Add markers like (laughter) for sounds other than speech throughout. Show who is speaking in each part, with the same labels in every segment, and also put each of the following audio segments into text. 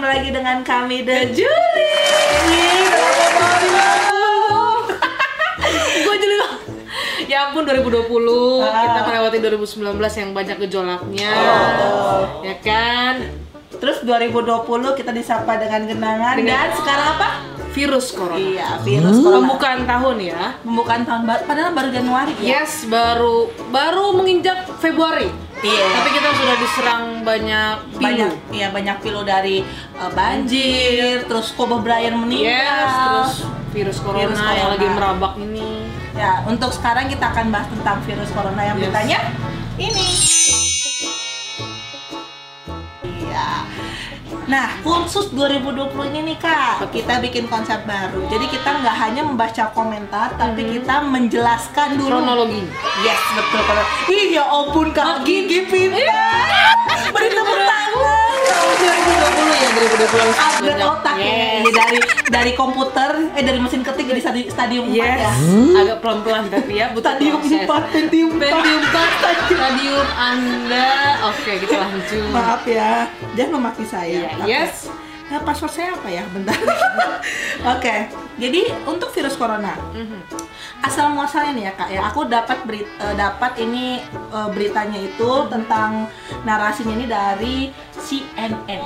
Speaker 1: lagi dengan kami The Juli.
Speaker 2: gue jadi ya ampun 2020 kita
Speaker 1: Ah.
Speaker 2: melewati 2019 yang banyak gejolaknya ya kan
Speaker 1: Terus 2020 kita disapa dengan genangan
Speaker 2: Dengan-
Speaker 1: dan sekarang apa?
Speaker 2: virus corona
Speaker 1: Iya, virus corona.
Speaker 2: pembukaan tahun ya
Speaker 1: Pembukaan tahun baru padahal baru Januari ya.
Speaker 2: yes baru baru menginjak Februari
Speaker 1: Iya.
Speaker 2: tapi kita sudah diserang banyak pilu
Speaker 1: Banyak ya banyak pilu dari uh, banjir, terus Kobe Bryant meninggal.
Speaker 2: yes terus virus corona,
Speaker 1: Ya. Virus
Speaker 2: yang
Speaker 1: corona.
Speaker 2: lagi merabak ini
Speaker 1: Ya, untuk sekarang kita akan bahas tentang virus corona yang
Speaker 2: Yes.
Speaker 1: beritanya ini. Iya. Nah, khusus 2020 ini nih Kak, kita bikin konsep baru. Jadi kita nggak hanya membaca komentar, tapi kita menjelaskan dulu.
Speaker 2: kronologi
Speaker 1: Yes, betul kalau. Ih, ya ampun Kak
Speaker 2: Makin-
Speaker 1: Gigi pintar. Beri tepuk tangan.
Speaker 2: 2020 ya 2020 yang
Speaker 1: Upgrade
Speaker 2: banyak.
Speaker 1: otak ya.
Speaker 2: Yes.
Speaker 1: Iya, dari dari komputer, eh dari mesin ketik jadi stadi- stadium 4
Speaker 2: Yes.
Speaker 1: ya.
Speaker 2: Agak pelan-pelan tapi ya butuh
Speaker 1: Stadium
Speaker 2: proses.
Speaker 1: 4, stadium 4.
Speaker 2: Stadium 4, stadium Anda. Oke, kita lanjut.
Speaker 1: Maaf ya, jangan memaki
Speaker 2: Iya,
Speaker 1: saya. Oke.
Speaker 2: yes.
Speaker 1: Nah, password saya apa ya? Bentar. (laughs) Oke, jadi untuk virus corona,
Speaker 2: Mhm.
Speaker 1: asal muasalnya nih ya kak ya, aku dapat beri- eh, dapat ini eh, beritanya itu tentang narasinya ini dari CNN.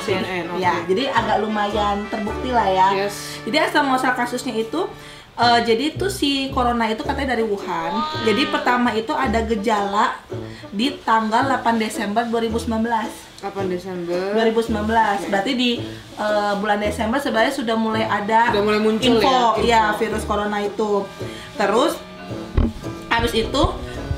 Speaker 2: CNN, oke.
Speaker 1: Ya, jadi agak lumayan terbukti lah ya.
Speaker 2: Yes.
Speaker 1: Jadi asal muasal kasusnya itu eh, jadi itu si corona itu katanya dari Wuhan. Jadi pertama itu ada gejala di tanggal 8 Desember 2019.
Speaker 2: 8 Desember.
Speaker 1: 2019
Speaker 2: Iya.
Speaker 1: berarti di eh, bulan Desember sebenarnya sudah mulai ada
Speaker 2: Sudah mulai muncul
Speaker 1: info
Speaker 2: ya, info.
Speaker 1: ya, virus corona itu terus habis itu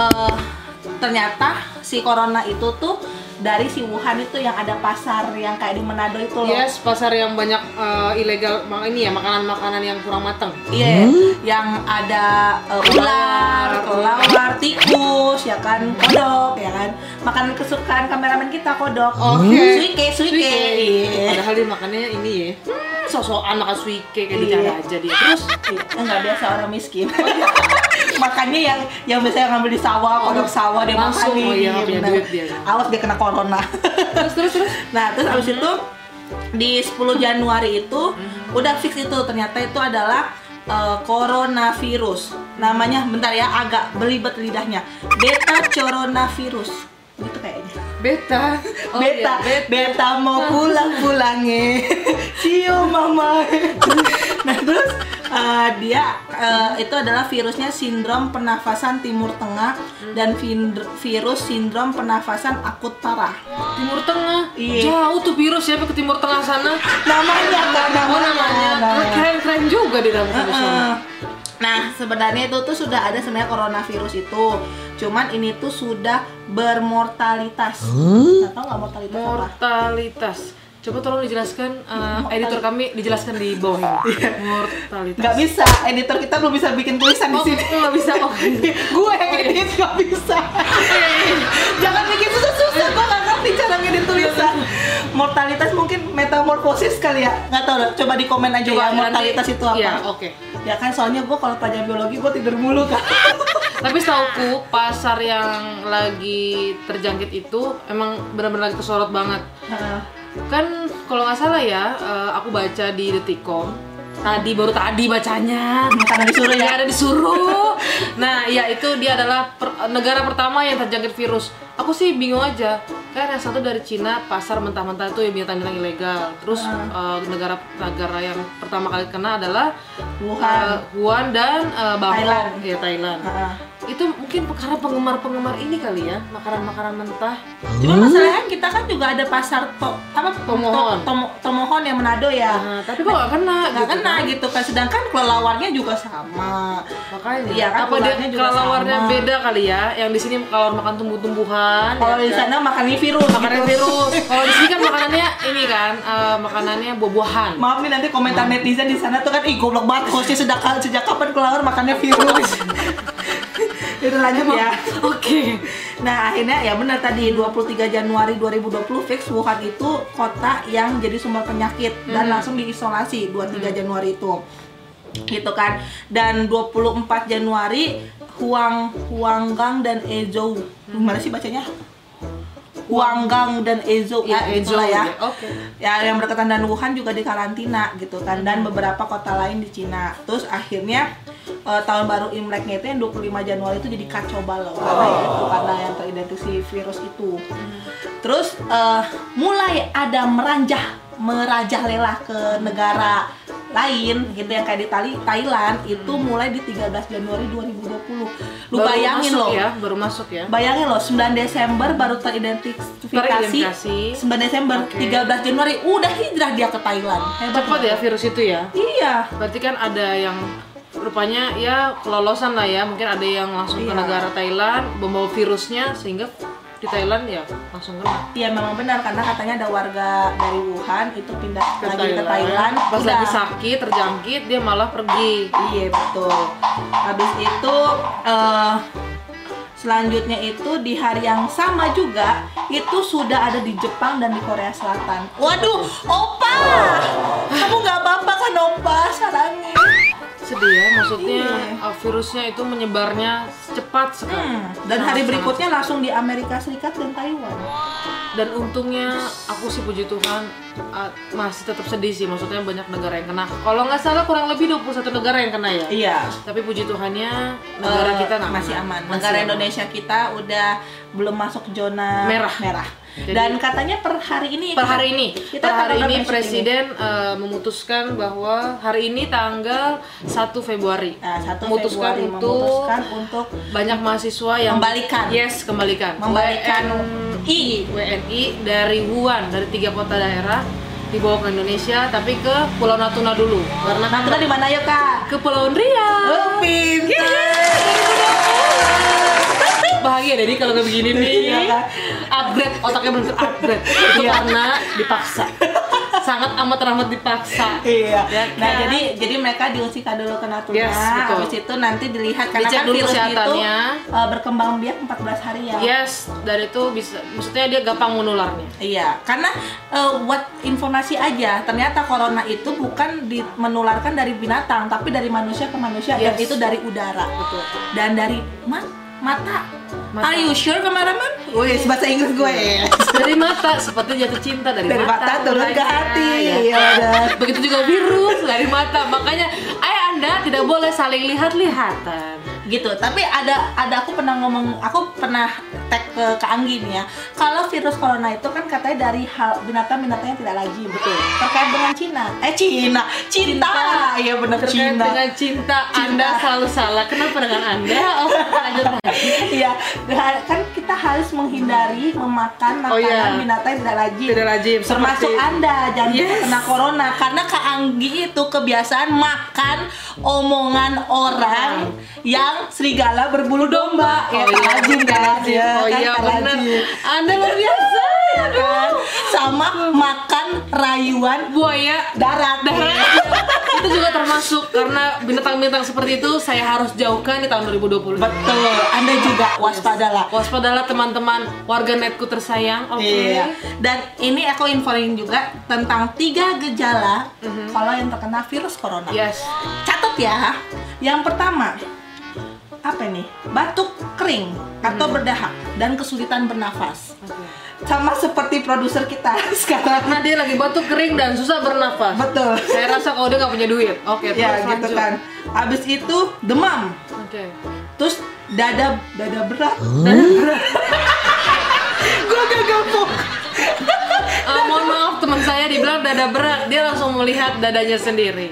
Speaker 1: eh, ternyata si corona itu tuh dari si Wuhan itu yang ada pasar yang kayak di Manado itu loh
Speaker 2: Yes, pasar yang banyak eh, ilegal mak ini ya makanan-makanan yang kurang matang.
Speaker 1: Iya, yang ada eh, ular, kelawar, tikus, ya kan, kodok, ya kan. Makanan kesukaan kameramen kita kodok. Hmm? Suike, suike. Iya.
Speaker 2: Padahal dia makannya ini ya. Hmm, sosokan makan suike kayak dicanda aja dia. Terus Oh, iya.
Speaker 1: Iya, nggak biasa orang miskin. (laughs) Makannya yang yang biasanya ngambil di sawah, kodok sawah dia
Speaker 2: Langsung,
Speaker 1: makan nih.
Speaker 2: oh iya,
Speaker 1: Iya,
Speaker 2: punya
Speaker 1: benar.
Speaker 2: duit dia.
Speaker 1: Awas dia kena corona. (laughs)
Speaker 2: terus terus terus
Speaker 1: nah, terus abis itu di 10 Januari itu
Speaker 2: Hmm.
Speaker 1: udah fix itu ternyata itu adalah eh, coronavirus. Namanya bentar ya agak belibet lidahnya. Beta coronavirus. Gitu kayaknya.
Speaker 2: beta. Oh,
Speaker 1: beta,
Speaker 2: iya, beta.
Speaker 1: beta mau pulang
Speaker 2: (laughs)
Speaker 1: pulangnya, cium mama. nah terus eh, dia eh, itu adalah virusnya sindrom pernafasan timur tengah dan vin- virus sindrom pernafasan akut parah.
Speaker 2: Timur Tengah.
Speaker 1: Iya.
Speaker 2: Jauh tuh virus ya ke Timur Tengah sana.
Speaker 1: Namanya kan
Speaker 2: Oh namanya keren keren juga di dalam kampus sana.
Speaker 1: Heeh. Nah, sebenarnya itu tuh sudah ada sebenarnya coronavirus itu. Cuman ini tuh sudah bermortalitas. Nggak tahu nggak mortalitas apa?
Speaker 2: Mortalitas. Coba tolong dijelaskan eh, editor kami dijelaskan di bawah ini.
Speaker 1: Iya.
Speaker 2: Mortalitas.
Speaker 1: Nggak bisa, editor kita belum bisa bikin tulisan di Iya,
Speaker 2: Oh,
Speaker 1: sini.
Speaker 2: nggak bisa oh.
Speaker 1: gue yang edit nggak bisa jangan bikin susah-susah gue nggak ngerti cara ngedit tulisan mortalitas mungkin metamorfosis kali ya nggak tahu lah coba di komen aja ya
Speaker 2: Coba nanti-
Speaker 1: mortalitas itu apa
Speaker 2: Iya,
Speaker 1: ya,
Speaker 2: oke.
Speaker 1: kan soalnya gue kalau pelajaran biologi gue tidur mulu
Speaker 2: (laughs)
Speaker 1: kan
Speaker 2: Tapi setauku pasar yang lagi terjangkit itu emang benar-benar lagi kesorot banget.
Speaker 1: Nah,
Speaker 2: Kan kalau nggak salah ya, eh, aku baca di Detikom tadi baru tadi bacanya.
Speaker 1: karena disuruh
Speaker 2: Iya,
Speaker 1: ya
Speaker 2: ada
Speaker 1: (laughs)
Speaker 2: disuruh. Nah, ya itu dia adalah per- negara pertama yang terjangkit virus. Aku sih bingung aja. Kan yang satu dari Cina, pasar mentah-mentah itu yang binatang-binatang ilegal. Terus
Speaker 1: Ah.
Speaker 2: negara-negara yang pertama kali kena adalah eh,
Speaker 1: Wuhan
Speaker 2: Wuhan dan eh, Bangkok,
Speaker 1: Thailand. Ah.
Speaker 2: ya Thailand.
Speaker 1: Heeh.
Speaker 2: Itu mungkin karena penggemar-penggemar ini kali ya, makanan-makanan mentah.
Speaker 1: Cuma masalahnya kita kan juga ada pasar to, apa
Speaker 2: Tomohon.
Speaker 1: to- tomo- tomohon yang Manado ya.
Speaker 2: Nah, tapi kok nggak kena?
Speaker 1: Nggak
Speaker 2: gitu
Speaker 1: kena
Speaker 2: kan?
Speaker 1: gitu kan. Sedangkan kelelawarnya juga sama.
Speaker 2: Makanya.
Speaker 1: Iya, kan
Speaker 2: apa dia
Speaker 1: keluarnya juga
Speaker 2: kelelawarnya
Speaker 1: sama.
Speaker 2: beda kali ya? Yang di sini kalau makan tumbuh-tumbuhan.
Speaker 1: Kalau
Speaker 2: ya
Speaker 1: di
Speaker 2: kan?
Speaker 1: sana makannya virus.
Speaker 2: makanan
Speaker 1: gitu.
Speaker 2: virus. Kalau di sini kan makanannya ini kan eh, makanannya buah-buahan.
Speaker 1: Maaf nih nanti komentar netizen di sana tuh kan ih goblok banget hostnya sejak sejak kapan keluar makannya (laughs) virus. Itu lanjut ya.
Speaker 2: Oke.
Speaker 1: Nah, akhirnya ya benar tadi 23 Januari 2020 fix Wuhan itu kota yang jadi sumber penyakit dan langsung diisolasi 23 Januari itu. Gitu kan. Dan 24 Januari Huang Huanggang dan Ezhou. Gimana sih bacanya? Wanggang dan Ezo
Speaker 2: Iya,
Speaker 1: ah,
Speaker 2: Ezo,
Speaker 1: itulah ya.
Speaker 2: iya. Oke.
Speaker 1: Ya yang berkaitan dan Wuhan juga dikarantina gitu kan dan beberapa kota lain di Cina. Terus akhirnya eh, tahun baru Imleknya itu yang 25 Januari itu jadi kacau balau karena
Speaker 2: Oh.
Speaker 1: itu karena yang teridentifikasi virus itu. Terus eh, mulai ada meranjah merajalela ke negara lain gitu yang kayak di Tali- Thailand itu mulai di 13 Januari 2020. Lu
Speaker 2: Baru
Speaker 1: bayangin
Speaker 2: masuk
Speaker 1: loh.
Speaker 2: ya, baru masuk ya.
Speaker 1: Bayangin loh, 9 Desember baru teridentifikasi.
Speaker 2: Teridentifikasi.
Speaker 1: 9 Desember,
Speaker 2: Oke.
Speaker 1: 13 Januari udah hijrah dia ke Thailand. Hebat.
Speaker 2: Cepat ya virus itu ya.
Speaker 1: Iya.
Speaker 2: Berarti kan ada yang rupanya ya kelolosan lah ya, mungkin ada yang langsung ke
Speaker 1: Iya.
Speaker 2: negara Thailand membawa virusnya sehingga di Thailand ya langsung kena.
Speaker 1: Iya memang benar karena katanya ada warga dari Wuhan itu pindah lagi ke Thailand.
Speaker 2: Pas
Speaker 1: udah.
Speaker 2: lagi sakit, terjangkit, dia malah pergi.
Speaker 1: Iya betul. Habis itu eh, selanjutnya itu di hari yang sama juga itu sudah ada di Jepang dan di Korea Selatan. Waduh, opa, kamu nggak apa-apa kan opa? Sarangnya.
Speaker 2: Sedih ya, maksudnya uh, virusnya itu menyebarnya cepat sekali.
Speaker 1: Iya. Hmm, Dan hari berikutnya langsung di Amerika Serikat dan Taiwan.
Speaker 2: Dan untungnya aku sih puji Tuhan uh, masih tetap sedih sih, maksudnya banyak negara yang kena. Kalau nggak salah kurang lebih 21 negara yang kena ya.
Speaker 1: Iya.
Speaker 2: Tapi puji Tuhannya negara kita nggak
Speaker 1: Eh, masih
Speaker 2: kena.
Speaker 1: aman.
Speaker 2: Eh, Masih
Speaker 1: Negara
Speaker 2: aman.
Speaker 1: Indonesia kita udah belum masuk zona
Speaker 2: Merah. Jadi-
Speaker 1: Dan katanya per hari ini
Speaker 2: Per hari ini,
Speaker 1: Kita
Speaker 2: per hari ini
Speaker 1: tanggal berapa syuting
Speaker 2: presiden eh, memutuskan bahwa hari ini tanggal 1 Februari.
Speaker 1: Nah, 1
Speaker 2: memutuskan
Speaker 1: Februari
Speaker 2: untuk
Speaker 1: memutuskan untuk
Speaker 2: banyak mahasiswa yang
Speaker 1: Membalikan.
Speaker 2: Yes, kembalikan. E
Speaker 1: Membalikan.
Speaker 2: WNI, WNI dari Wuhan, dari tiga kota daerah dibawa ke Indonesia tapi ke Pulau Natuna dulu karena
Speaker 1: Nah, kita di mana ya, Kak?
Speaker 2: ke Pulau Ria
Speaker 1: Oh, pintar.
Speaker 2: bahagia jadi kalau kayak begini nih
Speaker 1: Iya, kan? Iya.
Speaker 2: upgrade otaknya benar upgrade itu karena dipaksa sangat amat amat dipaksa
Speaker 1: Iya.
Speaker 2: Ya
Speaker 1: Nah,
Speaker 2: kan?
Speaker 1: jadi jadi mereka diuji dulu ke Natuna.
Speaker 2: Yes, betul.
Speaker 1: Habis itu nanti dilihat karena
Speaker 2: Dicek
Speaker 1: kan
Speaker 2: dulu
Speaker 1: virus itu
Speaker 2: kesehatannya. Iya,
Speaker 1: eh, berkembang biak 14 hari ya.
Speaker 2: Yes, dan itu bisa, maksudnya dia gampang menularnya.
Speaker 1: Iya, karena eh, buat informasi aja, ternyata corona itu bukan di- menularkan dari binatang, tapi dari manusia ke manusia, dan
Speaker 2: Yes.
Speaker 1: itu dari udara
Speaker 2: Betul.
Speaker 1: dan dari ma- mata.
Speaker 2: Mata.
Speaker 1: Are you sure kemarin? Wih, bahasa Inggris gue. ya.
Speaker 2: Dari mata, seperti jatuh cinta dari,
Speaker 1: Dari mata turun ke
Speaker 2: mulainya,
Speaker 1: hati.
Speaker 2: ya.
Speaker 1: Iya, benar.
Speaker 2: Begitu juga virus dari mata, makanya, ayo anda tidak boleh saling lihat-lihatan.
Speaker 1: (laughs) gitu tapi ada ada aku pernah ngomong aku pernah tag ke ke Anggi nih ya kalau virus corona itu kan katanya dari hal binatang-binatang yang tidak lazim betul terkait dengan Cina eh Cina cinta iya benar
Speaker 2: Terkait
Speaker 1: Cina
Speaker 2: dengan cinta, anda selalu salah. Kenapa dengan (laughs) anda? Oh, lanjut lagi.
Speaker 1: iya nah, kan kita harus menghindari memakan makanan
Speaker 2: Oh, iya.
Speaker 1: binatang yang tidak lazim
Speaker 2: Tidak lazim,
Speaker 1: termasuk
Speaker 2: seperti-
Speaker 1: anda jangan
Speaker 2: Yes.
Speaker 1: kena corona karena Kak Anggi itu kebiasaan makan omongan orang
Speaker 2: Iya.
Speaker 1: yang serigala berbulu domba ya tak lazim kan ya
Speaker 2: oh
Speaker 1: kan,
Speaker 2: iya
Speaker 1: tak
Speaker 2: benar.
Speaker 1: lazim.
Speaker 2: Anda luar biasa.
Speaker 1: Ya kan? sama makan rayuan
Speaker 2: Buaya
Speaker 1: darat
Speaker 2: itu juga termasuk karena binatang-binatang seperti itu saya harus jauhkan di tahun 2020.
Speaker 1: betul anda juga waspadalah
Speaker 2: Waspadalah teman-teman warga netku tersayang. Oke.
Speaker 1: Iya. Dan ini aku infoin juga tentang tiga gejala
Speaker 2: Mhm.
Speaker 1: kalau yang terkena virus corona.
Speaker 2: Yes.
Speaker 1: Catat ya. Yang pertama apa nih? Batuk kering atau berdahak dan kesulitan bernafas.
Speaker 2: Mhm. Oke.
Speaker 1: Sama seperti produser kita (laughs) sekarang.
Speaker 2: Karena dia lagi batuk kering dan susah bernafas.
Speaker 1: Betul.
Speaker 2: Saya rasa kalau dia nggak punya duit. Oke. terus
Speaker 1: ya gitu
Speaker 2: Iya, lanjut.
Speaker 1: kan. Abis itu demam,
Speaker 2: Oke.
Speaker 1: terus dada dada berat. Dada berat. Gua gagal fokus.
Speaker 2: Ah, mohon maaf teman saya dibilang dada berat, dia langsung melihat dadanya sendiri.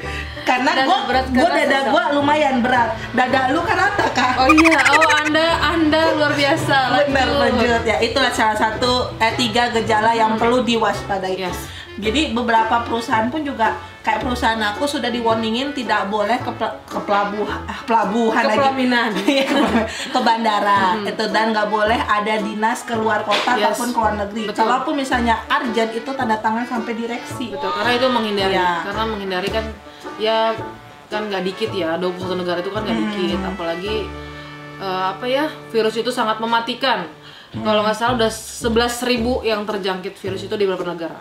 Speaker 1: karena
Speaker 2: Dada
Speaker 1: gua
Speaker 2: berat
Speaker 1: gua
Speaker 2: karena
Speaker 1: dada
Speaker 2: susah.
Speaker 1: gua lumayan berat dada lu kan rata kak
Speaker 2: Oh iya, oh Anda Anda luar biasa.
Speaker 1: benar
Speaker 2: Lanjut.
Speaker 1: lanjut ya itulah salah satu eh tiga gejala yang perlu diwaspadai
Speaker 2: Hmm. Yes.
Speaker 1: jadi beberapa perusahaan pun juga kayak perusahaan aku sudah diwarningin tidak boleh ke, pel- ke pelabuhan ah, pelabuhan
Speaker 2: Ke
Speaker 1: lagi.
Speaker 2: pelaminan.
Speaker 1: (laughs) Iya, ke pelaminan. ke bandara itu dan nggak boleh ada dinas keluar kota
Speaker 2: Yes.
Speaker 1: ataupun keluar negeri
Speaker 2: Betul.
Speaker 1: kalaupun misalnya arjen itu tanda tangan sampai direksi
Speaker 2: Betul, karena itu menghindari.
Speaker 1: Iya.
Speaker 2: Karena menghindari kan ya kan nggak dikit ya, 21 negara itu kan nggak
Speaker 1: Hmm.
Speaker 2: dikit, apalagi eh, apa ya virus itu sangat mematikan. Kalau nggak salah udah 11.000 yang terjangkit virus itu di beberapa negara.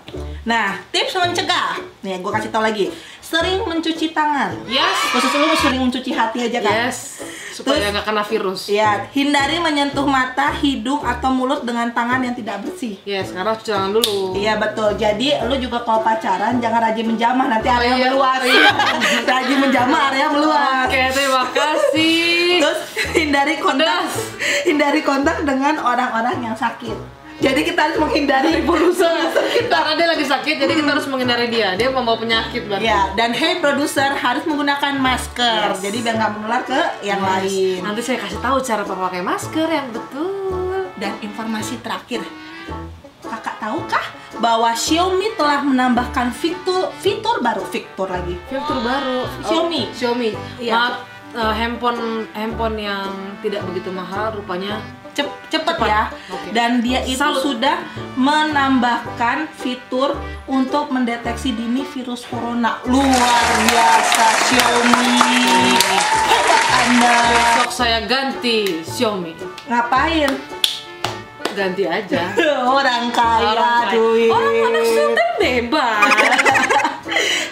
Speaker 1: Nah, tips mencegah. Nih, gue kasih tau lagi. Sering mencuci tangan.
Speaker 2: Yes,
Speaker 1: Khusus lu sering mencuci hati aja kan?
Speaker 2: yes. supaya nggak kena virus.
Speaker 1: Ya, hindari menyentuh mata, hidung atau mulut dengan tangan yang tidak bersih.
Speaker 2: Ya, sekarang cuci tangan dulu.
Speaker 1: Iya betul. Jadi lu juga kalau pacaran jangan rajin menjamah nanti area
Speaker 2: Iya,
Speaker 1: meluas. (laughs)
Speaker 2: iya.
Speaker 1: rajin menjamah area meluas.
Speaker 2: Oke, terima kasih.
Speaker 1: Terus hindari kontak hindari kontak dengan orang-orang yang sakit. Jadi kita harus menghindari produser.
Speaker 2: Karena dia lagi sakit, jadi kita harus menghindari dia. Dia membawa penyakit berarti.
Speaker 1: Ya, dan hey produser harus menggunakan masker.
Speaker 2: Yes.
Speaker 1: Jadi biar nggak menular ke yang lain.
Speaker 2: Nanti saya kasih tahu cara memakai masker yang betul.
Speaker 1: Dan informasi terakhir, kakak tahukah bahwa Xiaomi telah menambahkan fitur fitur baru fitur lagi.
Speaker 2: Fitur baru.
Speaker 1: Xiaomi.
Speaker 2: Oh, Xiaomi.
Speaker 1: Iya.
Speaker 2: Maaf, eh, handphone handphone yang tidak begitu mahal rupanya
Speaker 1: Cep- cepet
Speaker 2: Cepat.
Speaker 1: ya.
Speaker 2: Oke.
Speaker 1: Dan dia itu
Speaker 2: Salut.
Speaker 1: sudah menambahkan fitur untuk mendeteksi dini virus corona. Luar biasa Xiaomi. Hebat Anda.
Speaker 2: besok saya ganti Xiaomi.
Speaker 1: Ngapain? (laughs)
Speaker 2: Ganti aja.
Speaker 1: Orang kaya
Speaker 2: Orang
Speaker 1: duit.
Speaker 2: Orang mana sultan bebas.
Speaker 1: (laughs)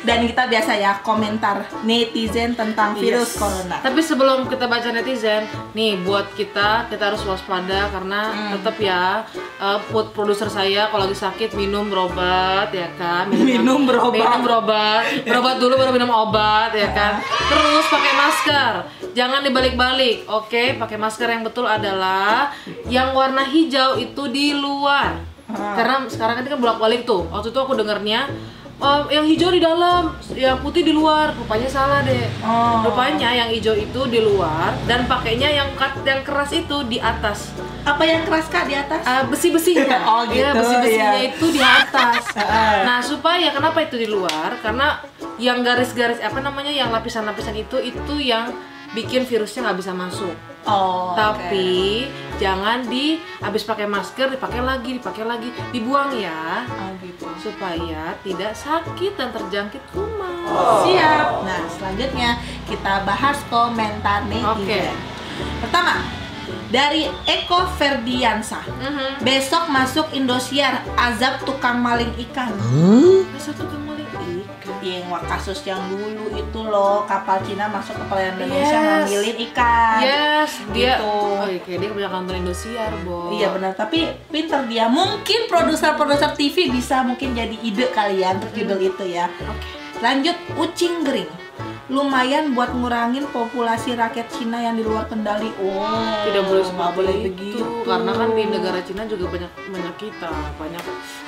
Speaker 1: Dan kita biasa ya komentar netizen tentang virus
Speaker 2: Yes.
Speaker 1: corona.
Speaker 2: Iya. Tapi sebelum kita baca netizen, nih buat kita kita harus waspada
Speaker 1: Hmm.
Speaker 2: karena tetap ya eh, buat produser saya kalau lagi sakit minum berobat ya
Speaker 1: (laughs)
Speaker 2: kan,
Speaker 1: Minum berobat.
Speaker 2: minum berobat, berobat dulu baru minum obat ya kan. Terus pakai masker, jangan dibalik-balik. Oke, pakai masker yang betul adalah yang warna hijau itu di luar. Karena sekarang kan bolak-balik tuh. Waktu itu aku dengernya "Eh, yang hijau di dalam, yang putih di luar. Rupanya salah deh.
Speaker 1: Oh.
Speaker 2: Rupanya yang hijau itu di luar dan pakainya yang kat- yang keras itu di atas.
Speaker 1: Apa yang keras kak di atas?
Speaker 2: Eh, besi-besinya.
Speaker 1: Oh,
Speaker 2: Iya,
Speaker 1: gitu,
Speaker 2: besi-besinya
Speaker 1: iya.
Speaker 2: itu di atas.
Speaker 1: (laughs) Heeh.
Speaker 2: nah, supaya kenapa itu di luar? Karena yang garis-garis apa namanya yang lapisan-lapisan itu itu yang bikin virusnya nggak bisa masuk.
Speaker 1: Oh. oke.
Speaker 2: Tapi jangan di habis pakai masker dipakai lagi, dipakai lagi, dibuang ya
Speaker 1: Oh, gitu.
Speaker 2: supaya tidak sakit dan terjangkit kuman.
Speaker 1: Siap. Nah, selanjutnya kita bahas komentar
Speaker 2: Oke.
Speaker 1: netizen. Pertama, dari Eko Ferdiansah.
Speaker 2: Mhm.
Speaker 1: Besok masuk Indosiar, azab tukang maling ikan. Iya,
Speaker 2: Masa tukang maling ikan?
Speaker 1: Yang wak- kasus yang dulu itu loh, kapal Cina masuk ke perairan Indonesia
Speaker 2: Yes.
Speaker 1: ngambilin ikan.
Speaker 2: Yes, dia.
Speaker 1: Iya. Gitu.
Speaker 2: Oh, iya, kayak dia punya kantor Indosiar, Bo.
Speaker 1: Iya benar, tapi pinter dia. Mungkin produser-produser TV bisa mungkin jadi ide kalian untuk judul
Speaker 2: Mm-hmm.
Speaker 1: itu ya.
Speaker 2: Oke.
Speaker 1: Lanjut ucing gering. Lumayan buat ngurangin populasi rakyat Cina yang di luar kendali. Oh,
Speaker 2: Tidak boleh
Speaker 1: nggak
Speaker 2: seperti
Speaker 1: boleh
Speaker 2: itu,
Speaker 1: begitu.
Speaker 2: Nah, Karena kan di negara Cina juga banyak banyak kita, banyak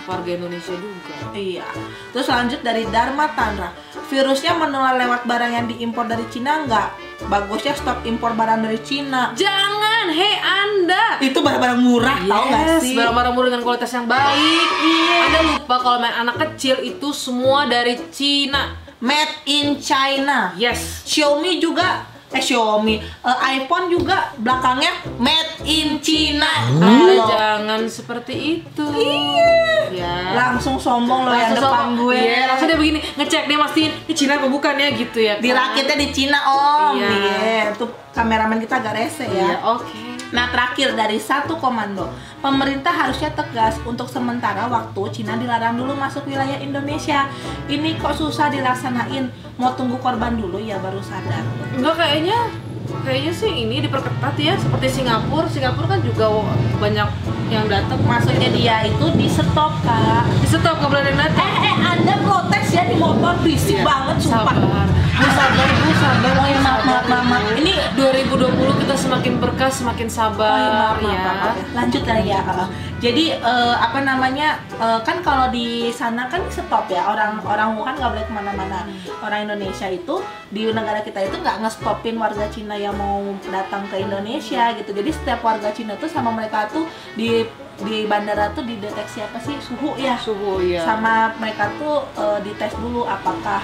Speaker 2: warga Indonesia juga.
Speaker 1: Iya. Terus lanjut dari Dharma Tanra. Virusnya menular lewat barang yang diimpor dari Cina nggak? Bagusnya stop impor barang dari Cina.
Speaker 2: Jangan, hei Anda.
Speaker 1: Itu barang-barang murah, tau nggak
Speaker 2: Yes,
Speaker 1: sih?
Speaker 2: barang-barang murah dengan kualitas yang baik.
Speaker 1: Iya.
Speaker 2: Anda lupa kalau main anak kecil itu semua dari Cina.
Speaker 1: Made in China.
Speaker 2: Yes.
Speaker 1: Xiaomi juga eh Xiaomi eh, iPhone juga belakangnya made in China
Speaker 2: Anda
Speaker 1: Halo.
Speaker 2: jangan seperti itu.
Speaker 1: Iya.
Speaker 2: Ya.
Speaker 1: langsung sombong loh yang
Speaker 2: Langsung
Speaker 1: depan
Speaker 2: sama-
Speaker 1: gue
Speaker 2: Iya, langsung dia begini ngecek dia mastiin ini Cina apa bukan ya gitu ya. kan?
Speaker 1: dirakitnya di Cina om
Speaker 2: Iya.
Speaker 1: iya tuh kameramen kita agak rese
Speaker 2: Iya,
Speaker 1: ya
Speaker 2: oke.
Speaker 1: Nah terakhir dari satu komando Pemerintah harusnya tegas untuk sementara waktu Cina dilarang dulu masuk wilayah Indonesia Ini kok susah dilaksanain Mau tunggu korban dulu ya baru sadar
Speaker 2: Enggak kayaknya kayaknya sih ini diperketat ya seperti Singapura. Singapura kan juga wo- banyak yang datang
Speaker 1: Maksudnya dia itu di stop kak
Speaker 2: di stop nggak boleh ada yang datang.
Speaker 1: Eh, eh, anda protes ya di motor berisik
Speaker 2: Iya.
Speaker 1: banget sumpah.
Speaker 2: Sabar.
Speaker 1: Bu sabar, bu sabar. Oh, ya, maaf, maaf, maaf, maaf.
Speaker 2: Ini 2020 kita semakin berkah, semakin
Speaker 1: Oh, ya,
Speaker 2: sabar
Speaker 1: maaf, maaf,
Speaker 2: ya.
Speaker 1: maaf, maaf. Lanjut lagi ya. Kak. Jadi eh, apa namanya eh, kan kalau di sana kan stop ya orang orang Wuhan nggak boleh kemana-mana. Orang Indonesia itu di negara kita itu nggak ngestopin warga Cina yang mau datang ke Indonesia gitu. Jadi setiap warga Cina tuh sama mereka tuh di di bandara tuh dideteksi apa sih suhu ya
Speaker 2: Suhu ya.
Speaker 1: sama mereka tuh eh, dites dulu apakah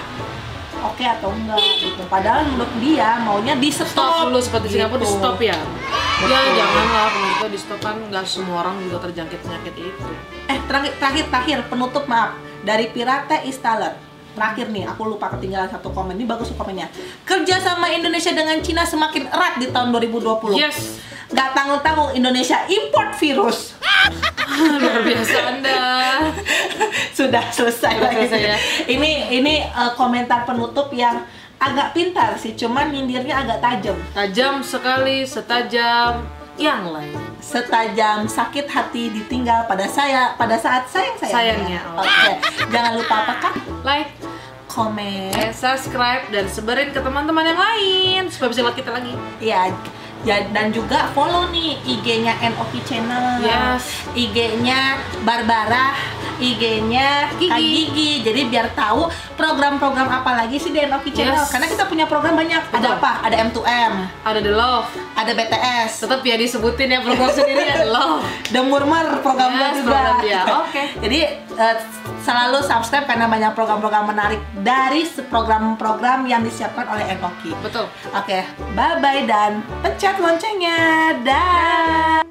Speaker 1: oke atau enggak gitu. Padahal menurut dia maunya di stop,
Speaker 2: stop dulu seperti Singapura di
Speaker 1: gitu.
Speaker 2: stop ya. Ya janganlah pemerintah di stop kan nggak semua orang juga terjangkit penyakit itu.
Speaker 1: Eh terakhir terakhir terakhir penutup maaf dari Pirate Installer. Terakhir nih, aku lupa ketinggalan satu komen. Ini bagus tuh komennya. Kerjasama Indonesia dengan Cina semakin erat di tahun 2020.
Speaker 2: Yes. (laughs)
Speaker 1: Gak tanggung-tanggung Indonesia import virus. (laughs)
Speaker 2: Luar biasa Anda.
Speaker 1: Sudah selesai
Speaker 2: Sudah
Speaker 1: lagi.
Speaker 2: selesai ya.
Speaker 1: Ini ini eh, komentar penutup yang agak pintar sih, cuman nyindirnya agak tajam.
Speaker 2: Tajam sekali, setajam yang lain.
Speaker 1: Setajam sakit hati ditinggal pada saya pada saat sayang
Speaker 2: Sayangnya,
Speaker 1: sayangnya.
Speaker 2: oke.
Speaker 1: Oke. Jangan lupa apa kak?
Speaker 2: Like,
Speaker 1: Komen.
Speaker 2: eh, subscribe, dan sebarin ke teman-teman yang lain supaya bisa lihat kita lagi.
Speaker 1: Ya, ya, dan juga follow nih IG-nya NOP Channel.
Speaker 2: Yes.
Speaker 1: IG-nya Barbara, IG-nya Kak
Speaker 2: Gigi.
Speaker 1: Gigi. Jadi biar tahu program-program apa lagi sih di NOP Channel.
Speaker 2: Yes.
Speaker 1: Karena kita punya program banyak.
Speaker 2: Betul.
Speaker 1: Ada apa? Ada M2M,
Speaker 2: Ada The Love,
Speaker 1: ada BTS,
Speaker 2: tetap ya disebutin ya program sendiri ya The Love.
Speaker 1: The Murmur
Speaker 2: Yes,
Speaker 1: program gue juga.
Speaker 2: program
Speaker 1: (laughs)
Speaker 2: dia. Oke.
Speaker 1: Jadi eh, selalu subscribe karena banyak program-program menarik dari program-program yang disiapkan oleh NOP.
Speaker 2: Betul.
Speaker 1: Oke, bye-bye dan pencet loncengnya. Dah.